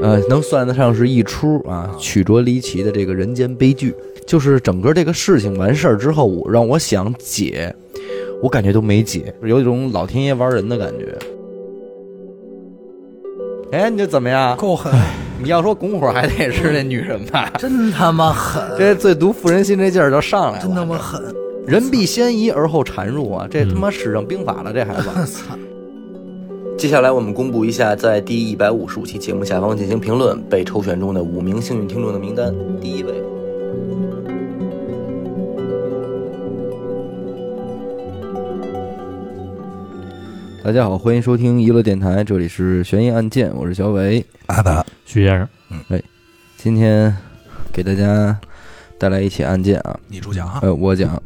呃，能算得上是一出啊曲折离奇的这个人间悲剧。就是整个这个事情完事儿之后，我让我想解，我感觉都没解，有一种老天爷玩人的感觉。哎，你这怎么样？够狠，你要说拱火还得是那女人吧？ 真他妈狠，这最毒妇人心这劲儿就上来了，真他妈狠！人必先疑而后缠入啊！这他妈使上兵法了，这孩子。 我操，接下来我们公布一下，在第一百五十五期节目下方进行评论被抽选中的五名幸运听众的名单。第一位，大家好，欢迎收听娱乐电台，这里是悬疑案件，我是小伟。阿达，徐先生，今天给大家带来一起案件啊，你主讲啊，呃，我讲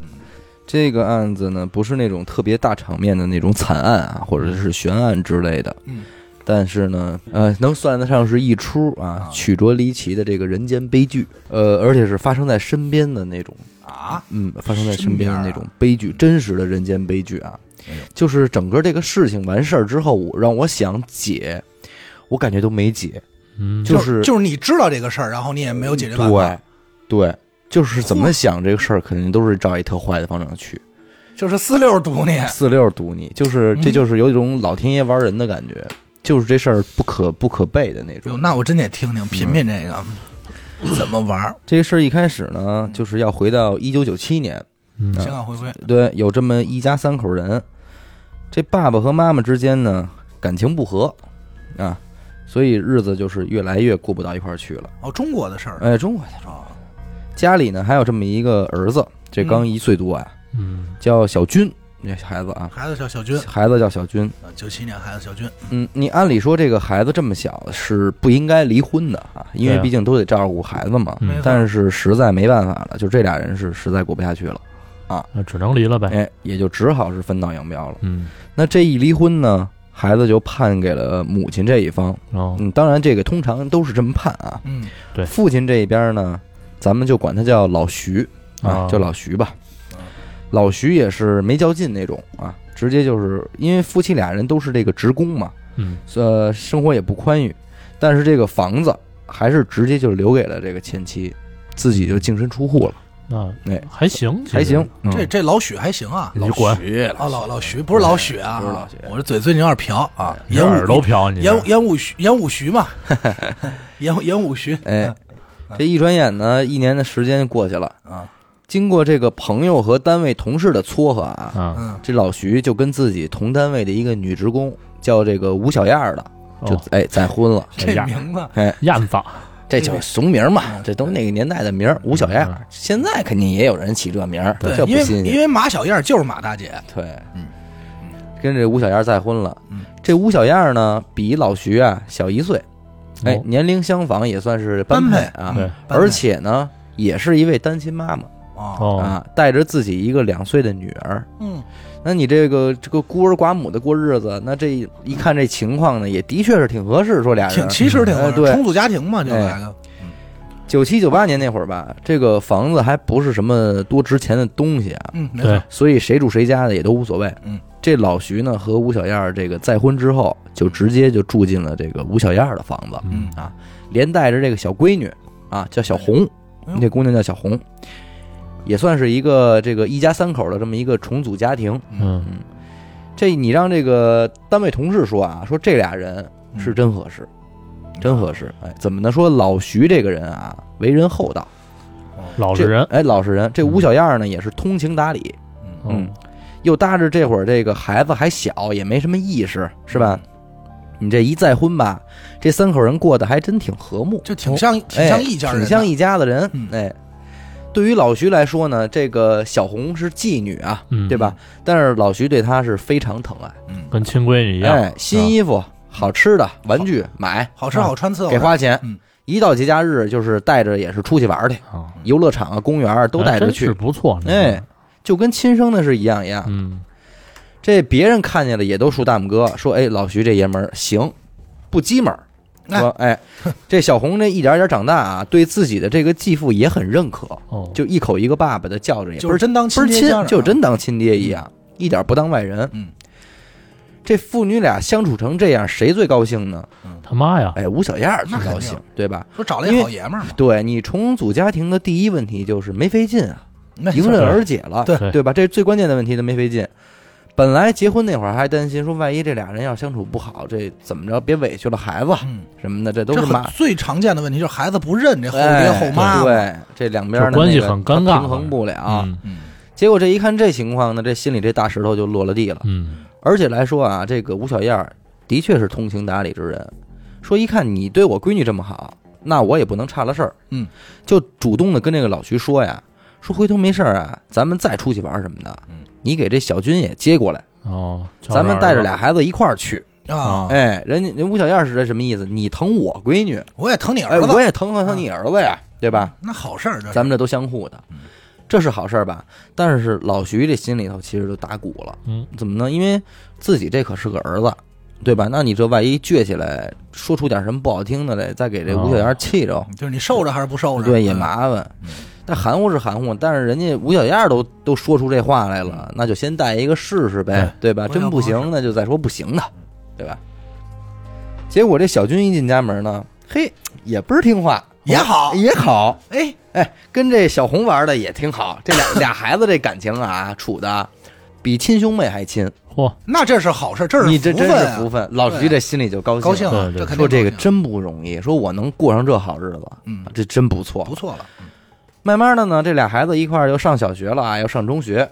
这个案子呢，不是那种特别大场面的那种惨案啊，或者是悬案之类的，嗯，但是呢，呃，能算得上是一出啊啊曲折离奇的这个人间悲剧，呃，而且是发生在身边的那种，啊，嗯，发生在身边的那身边种悲剧，真实的人间悲剧啊哎呦，就是整个这个事情完事儿之后，我让我想解，我感觉都没解，嗯，就就是就是你知道这个事儿，然后你也没有解决办法，对，对。就是怎么想这个事儿，肯定都是照一特坏的方向去。就是四六堵你， 四六堵你，就是这就是有一种老天爷玩人的感觉，就是这事儿不可不可背的那哟，种。那我真得听听品品这个怎么玩儿，这个事儿一开始呢，就是要回到一九九七年，嗯香港回归，对，有这么一家三口人，这爸爸和妈妈之间呢感情不和啊，所以日子就是越来越过不到一块儿去了。哦，中国的事儿，哎，中国的哦，家里呢还有这么一个儿子，这刚一岁多啊，嗯，叫小军，这孩子啊，孩子叫小军，孩子叫小军。九七年孩子小军，嗯，你按理说这个孩子这么小是不应该离婚的啊，因为对啊毕竟都得照顾孩子嘛。嗯没错但是实在没办法了，就这俩人是实在过不下去了，那只能离了呗。哎，也就只好是分道扬镳了。嗯，那这一离婚呢，孩子就判给了母亲这一方。然后嗯，当然这个通常都是这么判啊。嗯，哦对父亲这一边呢，咱们就管他叫老徐啊，啊叫老徐吧。老徐也是没较劲那种啊，直接就是因为夫妻俩人都是这个职工嘛，嗯，呃，生活也不宽裕，但是这个房子还是直接就留给了这个前妻，自己就净身出户了，那哎还行，其实还行，。嗯这这老许还行啊，你就管哦，老老徐不是老许啊，不是老许我这嘴最近有点瓢啊，你这烟耳雾朵瓢，你这烟雾烟雾徐烟雾徐 嘛，烟雾烟雾徐，哎，嗯这一转眼呢，一年的时间过去了啊。经过这个朋友和单位同事的撮合啊，啊，嗯，这老徐就跟自己同单位的一个女职工叫这个吴小燕儿的，就哦哎再婚了。哎这呀名字燕子，这就是怂名嗯嘛，这都那个年代的名儿，吴小燕儿。现在肯定也有人起这名儿，对这，不因为新鲜因。为马小燕就是马大姐，对，嗯，跟这吴小燕儿再婚了。嗯这吴小燕儿呢，比老徐啊小一岁，哎，哦年龄相仿，也算是般配配啊。对而且呢，也是一位单亲妈妈、哦，哦，啊，带着自己一个两岁的女儿。嗯，那你这个这个孤儿寡母的过日子，那这一看这情况呢，也的确是挺合适。说俩挺人，其实挺哎对哎重组家庭嘛，就来个，九七九八年那会儿吧，这个房子还不是什么多值钱的东西啊，嗯，没对错，，所以谁住谁家的也都无所谓。嗯，这老徐呢和吴小燕儿这个再婚之后，就直接就住进了这个吴小燕儿的房子，嗯嗯，连带着这个小闺女啊，叫小红哎呦，这姑娘叫小红，也算是一个这个一家三口的这么一个重组家庭。嗯，这你让这个单位同事说啊，说这俩人是真合适，嗯真合适。哎，怎么呢？说老徐这个人啊，为人厚道，哦老这实人，哎，老实人。这吴小燕儿呢，也是通情达理，嗯，嗯，哦又搭着这会儿这个孩子还小，也没什么意识，是吧？你这一再婚吧，这三口人过得还真挺和睦，就挺像挺哎像一家人的，挺像一家的人嗯。哎，对于老徐来说呢，这个小红是妓女啊，嗯，对吧？但是老徐对她是非常疼爱，嗯，跟亲闺女一样，嗯哎，新衣服、好吃的、玩具买，好吃好穿伺候，哦给花钱嗯。一到节假日，就是带着也是出去玩儿去，啊，游乐场啊、公园儿都带着哎真是去，不错，那哎，啊就跟亲生的是一样一样。嗯，这别人看见了也都竖大拇哥，说：“哎，老徐这爷们儿行，不鸡门儿。”哎说：“哎，这小红这一点点长大啊，对自己的这个继父也很认可，哦，就一口一个爸爸的叫着，也就不是真当不亲是爹亲家长，就真当亲爹一样，一点不当外人。”嗯，这父女俩相处成这样，谁最高兴呢？他妈呀，哎，吴小燕儿最那肯高定兴，对吧？说找了一好爷们儿嘛，对你重组家庭的第一问题就是没费劲啊，那迎刃而解了，对对对吧？这是最关键的问题，他没费劲。本来结婚那会儿还担心说，万一这俩人要相处不好，这怎么着？别委屈了孩子嗯，什么的，这都这是很妈最常见的问题就是孩子不认这后爹哎后妈嘛，对，这两边儿的就关系那个很尴尬平衡不了。嗯嗯，结果这一看这情况呢，这心里这大石头就落了地了。嗯，而且来说啊，这个吴小燕儿的确是通情达理之人，说一看你对我闺女这么好，那我也不能差了事儿。嗯，就主动的跟这个老徐说呀，说回头没事儿啊，咱们再出去玩什么的。嗯，你给这小军也接过来，哦，叫咱们带着儿俩孩子一块儿去。啊，哎，人家人吴小燕是这什么意思？你疼我闺女，我也疼你哎，儿子，嗯我也疼疼疼你儿子呀，对吧？那好事儿，这是咱们这都相互的，嗯这是好事儿吧？但是老徐这心里头其实就打鼓了，嗯，怎么呢？因为自己这可是个儿子，对吧？那你这万一倔起来，说出点什么不好听的来，再给这吴小燕气着，嗯就是你受着还是不受着，对，也嗯麻烦。但含糊是含糊，但是人家吴小燕都都说出这话来嗯了，那就先带一个试试呗，对吧？不要真不不行，那就再说不行的，对吧？结果这小军一进家门呢，嘿，也倍儿听话，也好也好，哎，哎，跟这小红玩的也挺好， 这俩俩孩子这感情啊，处的比亲兄妹还亲，嚯，那这是好事，这是你这福真分是啊福分。老徐这心里就高兴，高兴啊，对对这肯定说这个高兴真不容易，说我能过上这好日子，嗯这真不错。不错了，慢慢的呢，这俩孩子一块儿又上小学了啊，又上中学，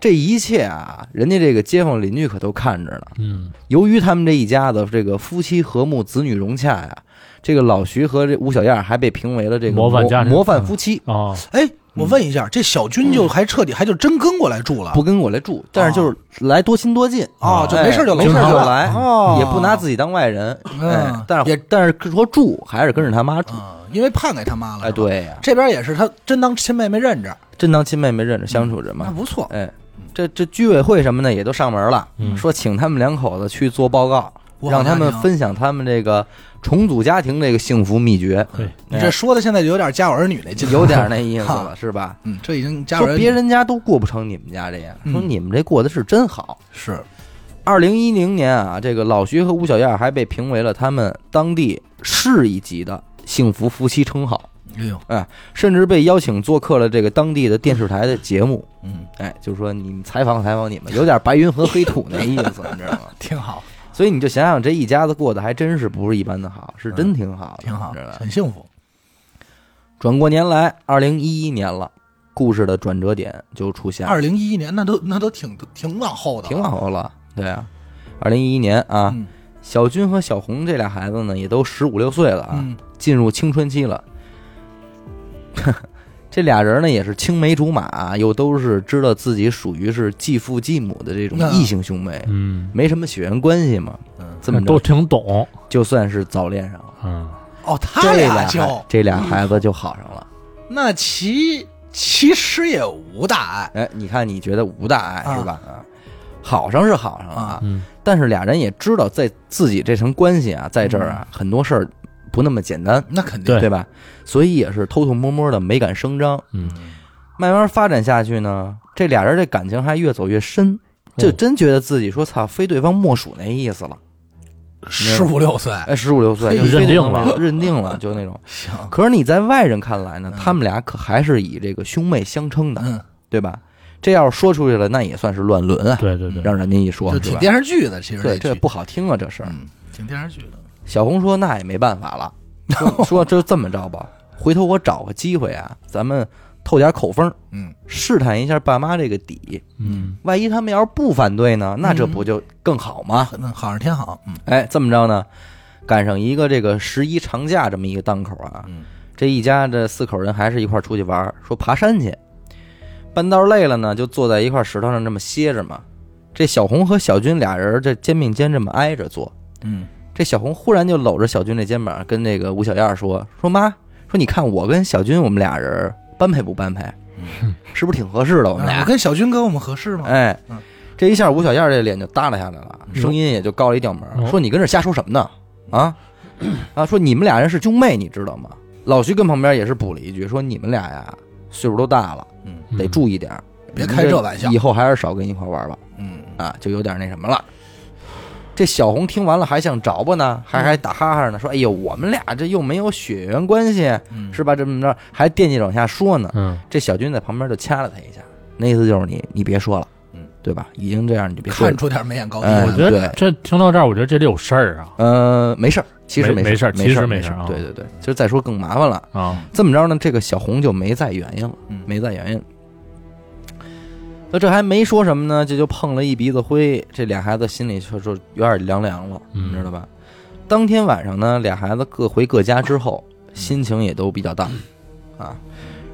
这一切啊，人家这个街坊邻居可都看着呢。嗯，由于他们这一家子这个夫妻和睦、子女融洽呀、这个老徐和这吴小燕还被评为了这个模范家庭模范夫妻。哦，哎，我问一下，这小军就还彻底还就真跟过来住了，不跟我来住，但是就是来多亲多近哦就没事儿就哎来没事儿就了来，哦也不拿自己当外人，嗯哎，但是也但是说住还是跟着他妈住，嗯，因为判给他妈了，哎，是吧，对呀，这边也是他真当亲妹妹认着，真当亲妹妹认着相处着那嘛，不错，哎，这这居委会什么的也都上门了，嗯说请他们两口子去做报告，我好让他们家庭分享他们这个重组家庭这个幸福秘诀，哎嘿，你这说的现在就有点家有儿女那劲，有点那意思了，哈是吧？嗯，这已经家有说儿别女人家都过不成你们家这样，说嗯你们这过的是真好，是二零一零年啊，这个老徐和吴小燕还被评为了他们当地市一级的幸福夫妻称号，啊哎呦，甚至被邀请做客了这个当地的电视台的节目。嗯，哎，就是说你们采访采访你们，有点白云和黑土那意思，你知道吗？ 挺好，所以你就想想，这一家子过得还真是不是一般的好，是真挺好的，嗯挺好你知道，吧？很幸福，转过年来，二零一一年了，故事的转折点就出现了。二零一一年那都那都挺嗯挺往后的，挺，好了，对啊，二零一一年啊，嗯小军和小红这俩孩子呢，也都十五六岁了啊，嗯，进入青春期了。 这俩人呢，也是青梅竹马啊、又都是知道自己属于是继父继母的这种那异性兄妹，嗯，没什么血缘关系嘛。嗯这么 都着挺懂，就算是早恋上了，嗯，哦，他这俩孩俩就这俩孩子就好上了。那其其实也无大碍，哎，你看，你觉得无大碍啊是吧？啊，好上是好上了啊，嗯但是俩人也知道，在自己这层关系啊，在这儿啊，很多事儿不那么简单，那肯定对对吧？所以也是偷偷摸摸的，没敢声张。嗯，慢慢发展下去呢，这俩人这感情还越走越深，就哦真觉得自己说操，非对方莫属那意思了。十五六岁，哎，十五六岁嘿就非对方认定了莫属认定了，就那种。行，可是你在外人看来呢，嗯他们俩可还是以这个兄妹相称的，嗯，对吧？这要是说出去了，那也算是乱伦啊，对对对，让人家一说，就是挺吧？电视剧的，其实对，这这剧不好听啊，这事儿。嗯，挺电视剧的，小红说：“那也没办法了，说说就这么着吧，回头我找个机会啊，咱们透点口风，嗯，试探一下爸妈这个底。嗯万一他们要是不反对呢，那这不就更好吗？可能好像挺好，嗯哎，这么着呢，赶上一个这个十一长假这么一个档口啊，嗯这一家这四口人还是一块儿出去玩儿，说爬山去。半道儿累了呢，就坐在一块石头上这么歇着嘛。这小红和小军俩人这肩并肩这么挨着坐，嗯，这小红忽然就搂着小军这肩膀，跟那个吴小燕说：“说妈，说你看我跟小军我们俩人般配不般配？嗯 是不是挺合适的？我们啊俩我。跟小军哥我们合适吗？哎嗯，这一下吴小燕这脸就耷拉下来了，嗯声音也就高了一调门儿，嗯说：“你跟这瞎说什么呢？啊 啊！说你们俩人是兄妹，你知道吗？”老徐跟旁边也是补了一句：“说你们俩呀，岁数都大了，嗯，得注意点儿，别你们开这玩笑以后还是少跟一块玩吧。”嗯，啊，就有点那什么了。这小红听完了还想找吧呢，嗯还还打哈哈呢，说：“哎呦，我们俩这又没有血缘关系，嗯是吧？这么着还惦记着往下说呢。嗯，”这小军在旁边就掐了他一下，那意思就是你你别说了，嗯，对吧？已经这样你就别说看了。出点眉眼高低哎来我了。觉对得这听到这儿，我觉得这里有事儿啊呃，没事儿，其实没没事儿，没没事儿其实没没事事儿儿。啊对对对，其实再说更麻烦了。啊，这么着呢，这个小红就没再原因了，嗯没再原因。那这还没说什么呢，这就碰了一鼻子灰，这俩孩子心里就就有点凉凉了，嗯你知道吧？当天晚上呢，俩孩子各回各家之后，心情也都比较淡，嗯啊，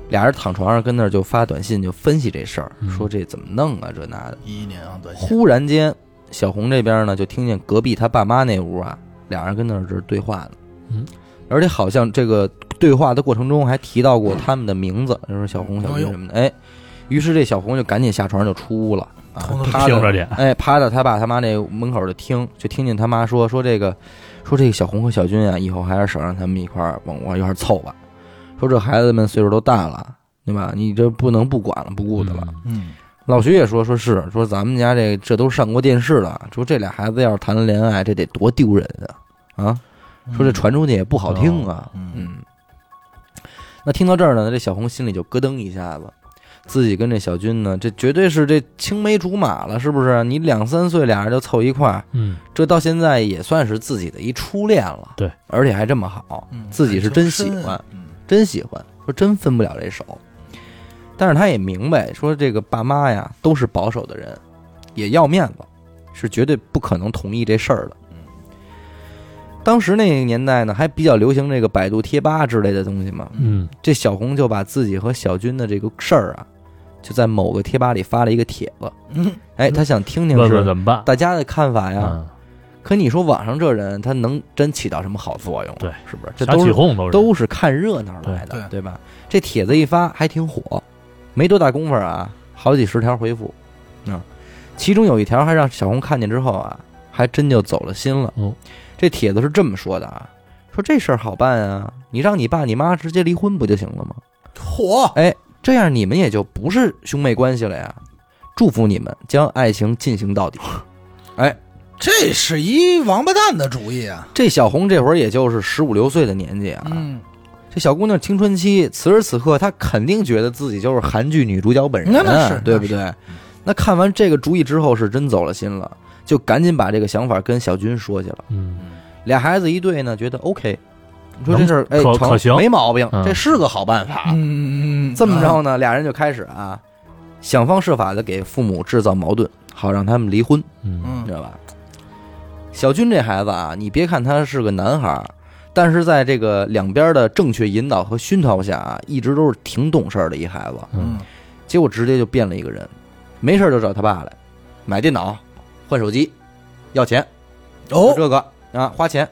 俩人躺床上跟那儿就发短信，就分析这事儿，嗯说这怎么弄啊，这那的。一一年啊，短信忽然间，小红这边呢就听见隔壁他爸妈那屋啊，俩人跟那儿这儿对话呢。嗯，而且好像这个对话的过程中还提到过他们的名字，就是小红、小哎军呦什么的。哎，于是这小红就赶紧下床就出屋了啊偷，偷趴听着着去，哎趴到他爸他妈那门口就听，就听见他妈说说这个说这个小红和小军啊，以后还是少让他们一块儿往往一块儿凑吧。说这孩子们岁数都大了，对吧？你这不能不管了，不顾的了。嗯嗯，老徐也说，说是说咱们家这这都上过电视了，说这俩孩子要是谈了恋爱，这得多丢人啊！啊，说这传出去也不好听啊。嗯嗯，那听到这儿呢，这小红心里就咯噔一下子，自己跟这小军呢，这绝对是这青梅竹马了，是不是？你两三岁俩人就凑一块儿，嗯，这到现在也算是自己的一初恋了。对，而且还这么好，嗯自己是真喜欢，嗯真喜欢，说真分不了这手。但是他也明白，说这个爸妈呀都是保守的人，也要面子，是绝对不可能同意这事儿的嗯。当时那个年代呢，还比较流行这个百度贴吧之类的东西嘛。嗯，这小红就把自己和小军的这个事儿啊，就在某个贴吧里发了一个帖子。嗯，哎，他想听听问问是怎么办？大家的看法呀。嗯，可你说网上这人，他能真起到什么好作用？啊对，是不是？这瞎都起是哄都是都是看热闹来的，对对吧？这帖子一发还挺火，没多大功夫啊，好几十条回复，啊，其中有一条还让小红看见之后啊，还真就走了心了。哦这帖子是这么说的啊，说这事儿好办啊，你让你爸你妈直接离婚不就行了吗？嚯，哎，这样你们也就不是兄妹关系了呀。祝福你们将爱情进行到底。这是一王八蛋的主意啊！这小红这会儿也就是十五六岁的年纪啊，嗯，这小姑娘青春期，此时此刻，她肯定觉得自己就是韩剧女主角本人，啊那那是对不对？那看完这个主意之后，是真走了心了，就赶紧把这个想法跟小军说去了。嗯，俩孩子一对呢，觉得 OK，你说这能事儿哎可成可行没毛病，嗯这是个好办法。嗯嗯嗯，这么着呢，俩人就开始啊，想方设法的给父母制造矛盾，好让他们离婚。嗯你嗯知道吧？小军这孩子啊，你别看他是个男孩儿，但是在这个两边的正确引导和熏陶下啊，一直都是挺懂事儿的一孩子。嗯嗯，结果直接就变了一个人，没事儿就找他爸来，买电脑，换手机，要钱，就哦，这个啊，花钱。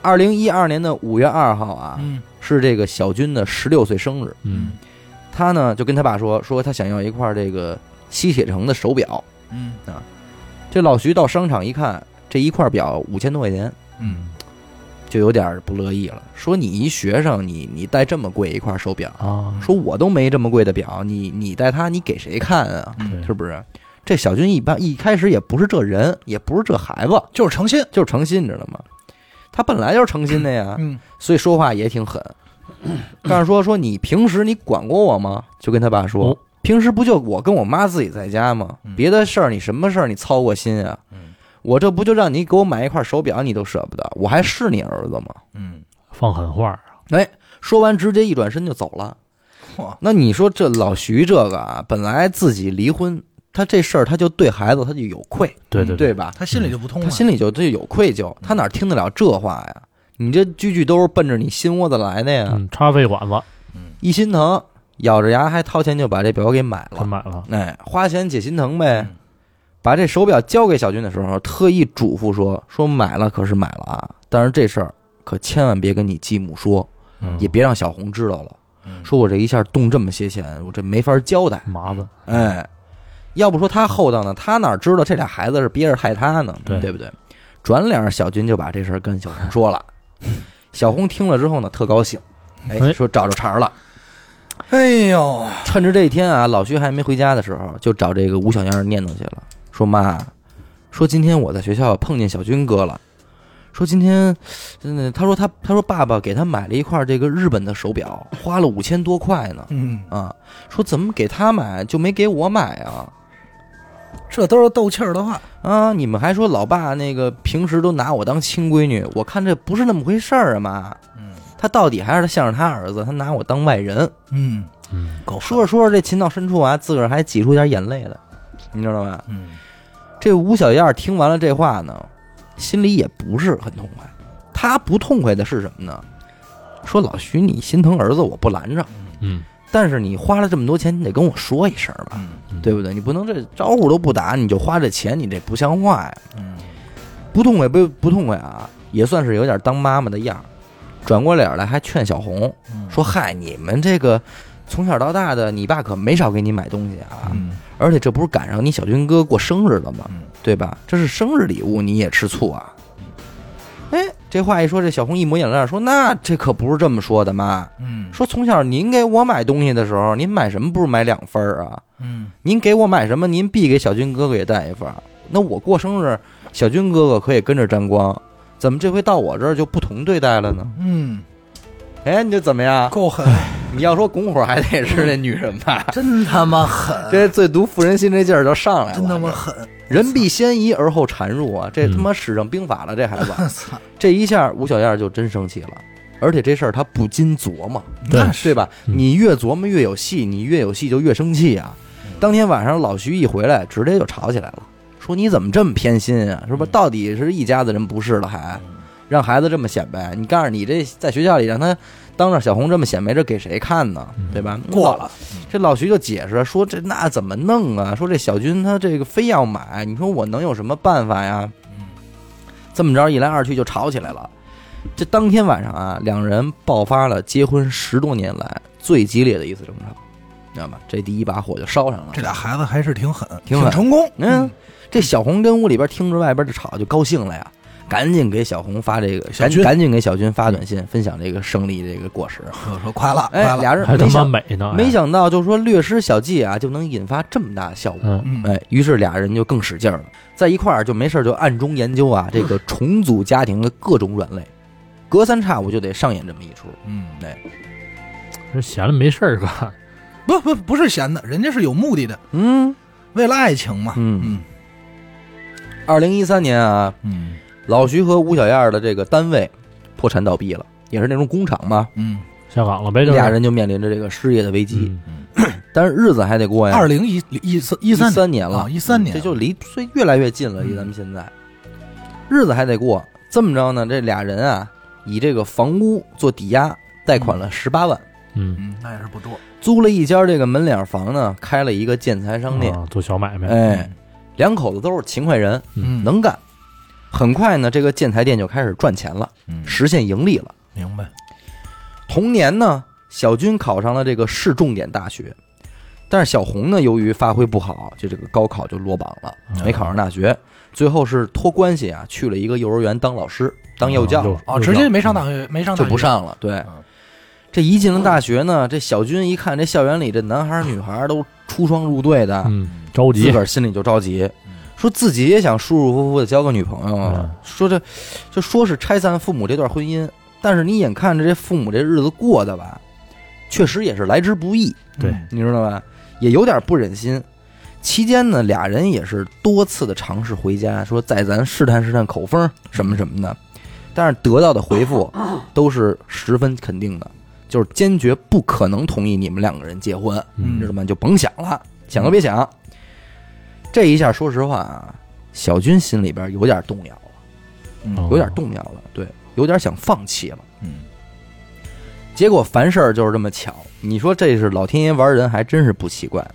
二零一二年的五月二号啊，嗯是这个小军的十六岁生日。嗯他呢就跟他爸说，说他想要一块这个吸铁城的手表。嗯这老徐到商场一看，这一块表五千多块钱，嗯，就有点儿不乐意了，说你一学生，你你戴这么贵一块手表，啊，说我都没这么贵的表，你你戴它，你给谁看啊？嗯，是不是？这小军一般一开始也不是这人，也不是这孩子，就是诚心。就是诚心，你知道吗？他本来就是诚心的呀，嗯所以说话也挺狠。但是说说你平时你管过我吗？就跟他爸说，哦平时不就我跟我妈自己在家吗？嗯别的事儿你什么事儿你操过心啊？嗯我这不就让你给我买一块手表你都舍不得，我还是你儿子吗？嗯，放狠话儿，哎，说完直接一转身就走了。嚯，那你说这老徐这个啊，本来自己离婚，他这事儿他就对孩子他就有愧，对嗯对对吧？他心里就不通他了。心里就就有愧疚，他哪听得了这话呀？你这句句都是奔着你心窝子来的呀！嗯，插肺管子，一心疼，咬着牙还掏钱就把这表给买他了。买了，哎，花钱解心疼呗嗯。把这手表交给小军的时候，特意嘱咐说：“说买了可是买了啊，但是这事儿可千万别跟你继母说，嗯也别让小红知道了。”嗯说我这一下动这么些钱，我这没法交代。麻烦，哎，要不说他厚道呢，他哪知道这俩孩子是憋着害他呢？对不对？转脸小军就把这事儿跟小红说 了，小红听了之后呢，特高兴，哎，哎说找着茬儿了。哎呦，趁着这一天啊，老徐还没回家的时候，就找这个吴小燕念叨去了，说妈，说今天我在学校碰见小军哥了，说今天真的，他说他他说爸爸给他买了一块这个日本的手表，花了五千多块呢。嗯，啊，说怎么给他买就没给我买啊？这都是斗气儿的话。啊，你们还说老爸那个平时都拿我当亲闺女，我看这不是那么回事儿啊，妈。嗯他到底还是向着他儿子，他拿我当外人。嗯，嗯，狗说着说着，这情到深处啊，自个儿还挤出点眼泪来，你知道吧？嗯，这吴小燕听完了这话呢，心里也不是很痛快。她不痛快的是什么呢？说老徐，你心疼儿子，我不拦着，嗯，但是你花了这么多钱，你得跟我说一声吧，嗯嗯对不对？你不能这招呼都不打，你就花这钱，你这不像话呀！嗯不痛快不不痛快啊，也算是有点当妈妈的样儿。转过脸来还劝小红嗯，说：“嗨，你们这个从小到大的，你爸可没少给你买东西啊，嗯而且这不是赶上你小军哥过生日了吗？嗯对吧？这是生日礼物，你也吃醋啊？哎，这话一说，这小红一抹眼泪，说：“那这可不是这么说的，妈。嗯说从小您给我买东西的时候，您买什么不是买两份儿啊？嗯您给我买什么，您必给小军哥哥也带一份儿。那我过生日，小军哥哥可以跟着沾光，怎么这回到我这儿就不同对待了呢？嗯，哎，你这怎么样？够狠，你要说拱火还得是那女人 吧？真他妈狠，这最毒妇人心这劲儿就上来了，真他妈狠！人必先疑而后缠入啊！这他妈使上兵法了，这孩子，我操，这一下吴小燕就真生气了，而且这事儿她不禁琢磨，对那是对吧？嗯你越琢磨越有戏，你越有戏就越生气啊！当天晚上老徐一回来，直接就吵起来了，说你怎么这么偏心啊？是吧？到底是一家子人不是了还？让孩子这么显摆，你告诉你这在学校里让他当着小红这么显摆，这给谁看呢？对吧？过了，这老徐就解释说：“这那怎么弄啊？说这小军他这个非要买，你说我能有什么办法呀？”这么着一来二去就吵起来了。这当天晚上啊，两人爆发了结婚十多年来最激烈的一次争吵，你知道吗？这第一把火就烧上了。这俩孩子还是挺狠，挺狠成功。嗯，这小红跟屋里边听着外边的吵就高兴了呀，赶紧给小红发这个，小赶军赶紧给小军发短信分享这个胜利这个果实。我说快了，哎快，了，俩人还没他妈想美呢，哎没想到，就说略施小计啊，就能引发这么大效果。嗯，嗯，哎，于是俩人就更使劲儿了，在一块儿就没事儿就暗中研究啊，这个重组家庭的各种软肋，隔三差五就得上演这么一出。嗯，这闲了没事儿干，不不不是闲的，人家是有目的的，嗯为了爱情嘛。嗯，嗯二零一三年啊，嗯老徐和吴小燕儿的这个单位破产倒闭了，也是那种工厂嘛，嗯，下岗了呗，就是俩人就面临着这个失业的危机，嗯但是日子还得过呀。二零一一三一一三三年啊了，嗯13年这就离所以越来越近了，离咱们现在日子还得过。这么着呢，这俩人啊，以这个房屋做抵押，贷款了十八万。嗯，嗯，那也是不多。租了一家这个门脸房呢，开了一个建材商哦店。啊做小买卖，哎，两口子都是勤快人，嗯，能干。很快呢，这个建材店就开始赚钱了，嗯实现盈利了。明白。同年呢，小军考上了这个市重点大学，但是小红呢，由于发挥不好，就这个高考就落榜了，嗯没考上大学。最后是托关系啊，去了一个幼儿园当老师，啊当幼教。啊哦，直接没上大学，没上大就学不。上了。对嗯，这一进了大学呢，这小军一看这校园里这男孩儿女孩儿都出双入对的，嗯，着自急个，儿心里就着急，说自己也想舒舒服服的交个女朋友啊嗯。说这，就说是拆散父母这段婚姻，但是你眼看着这父母这日子过的吧，确实也是来之不易，对嗯你知道吧？也有点不忍心。期间呢，俩人也是多次的尝试回家，说再咱试探试探口风儿什么什么的，但是得到的回复都是十分肯定的，就是坚决不可能同意你们两个人结婚。嗯你知道吗？就甭想了，想都别想。这一下，说实话啊，小军心里边有点动摇了，嗯有点动摇了，对，有点想放弃了。嗯结果凡事就是这么巧，你说这是老天爷玩人，还真是不奇怪。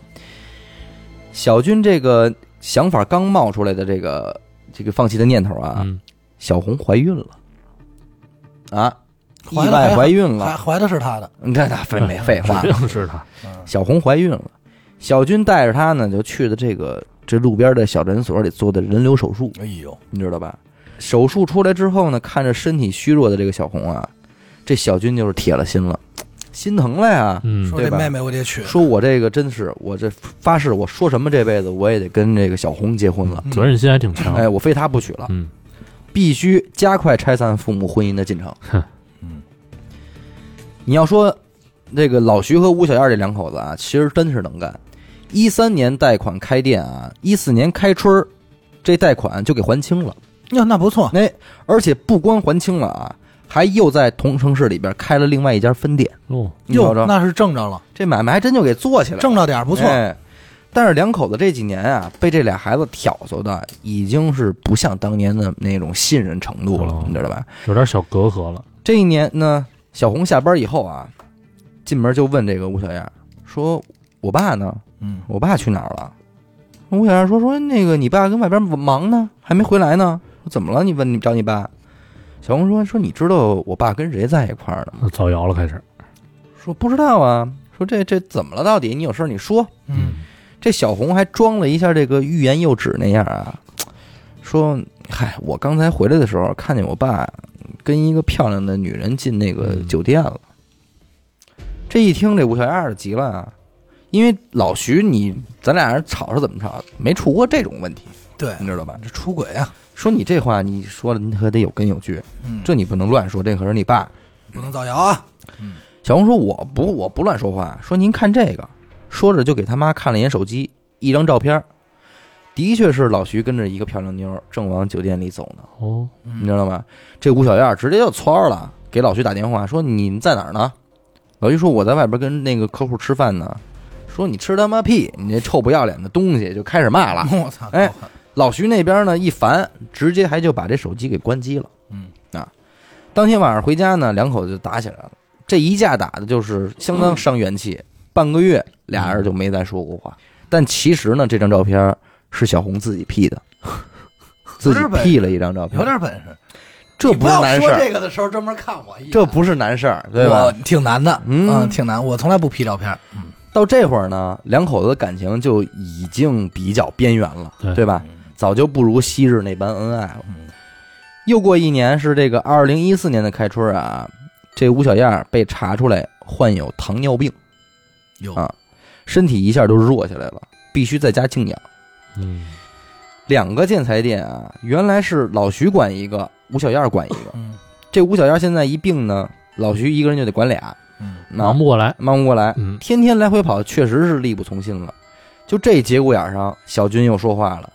小军这个想法刚冒出来的这个这个放弃的念头啊，嗯，小红怀孕了，啊，意怀了外怀孕还了，怀的是他的。你看他废没废话指？定是他，小红怀孕了，小军带着她呢，就去的这个这路边的小诊所里做的人流手术，哎呦，你知道吧？手术出来之后呢，看着身体虚弱的这个小红啊，这小军就是铁了心了，心疼了呀。嗯，说对这吧妹妹我得娶，说我这个真是，我这发誓，我说什么这辈子我也得跟这个小红结婚了。嗯责任心还挺强。哎，我非她不娶了，嗯必须加快拆散父母婚姻的进程。嗯，你要说这个老徐和吴小燕这两口子啊，其实真是能干。一三年贷款开店啊，一四年开春儿，这贷款就给还清了。哟，那不错，哎，而且不光还清了啊，还又在同城市里边开了另外一家分店。哦，你哟瞅，瞅，那是挣着了，这买卖还真就给做起来了，挣着点儿不错。嗯哎但是两口子这几年啊，被这俩孩子挑唆的，已经是不像当年的那种信任程度了哦，你知道吧？有点小隔阂了。这一年呢，小红下班以后啊，进门就问这个吴小燕说：“我爸呢？嗯，我爸去哪儿了？”吴小燕说：“说那个你爸跟外边忙呢，还没回来呢。我怎么了？你问你找你爸？”小红说：“说你知道我爸跟谁在一块儿的吗那造谣了，开始。？”说不知道啊。说这这怎么了？到底你有事儿你说。嗯，这小红还装了一下这个欲言又止那样啊，说：“嗨，我刚才回来的时候看见我爸跟一个漂亮的女人进那个嗯酒店了。”这一听，这吴小燕就急了啊，因为老徐你咱俩人吵是怎么吵，没出过这种问题，对，你知道吧？这出轨啊，说你这话，你说了你可得有根有据，嗯，这你不能乱说，这可是你爸。不能造谣啊。小红说：“我不，我不乱说话。说您看这个。”说着就给他妈看了一眼手机，一张照片儿，的确是老徐跟着一个漂亮妞儿正往酒店里走呢，哦，嗯你知道吗？这吴小燕儿直接就窜儿了，给老徐打电话说：“你在哪儿呢？”老徐说：“我在外边跟那个客户吃饭呢。”说：“你吃他妈屁！你这臭不要脸的东西！”就开始骂了。嗯 我操， 哎够狠，老徐那边呢一烦，直接还就把这手机给关机了。嗯啊，当天晚上回家呢，两口子就打起来了。这一架打的就是相当伤元气，半个月俩人就没再说过话。但其实呢，这张照片是小红自己 P 的，自己 P 了一张照片，有点本事。这你不不是要难事说儿，这个的时候专门看我一眼，这不是难事儿，对我吧？挺难的，嗯挺难。我从来不 P 照片儿，到这会儿呢，两口子的感情就已经比较边缘了，对对吧？早就不如昔日那般恩爱了。嗯又过一年是这个二零一四年的开春啊，这吴小燕儿被查出来患有糖尿病，有啊身体一下就弱下来了，必须在家静养。嗯，两个建材店啊，原来是老徐管一个，吴小燕儿管一个。嗯这吴小燕儿现在一病呢，老徐一个人就得管俩，嗯，那忙不过来。忙不过来，嗯，天天来回跑，确实是力不从心了。就这节骨眼上，小军又说话了，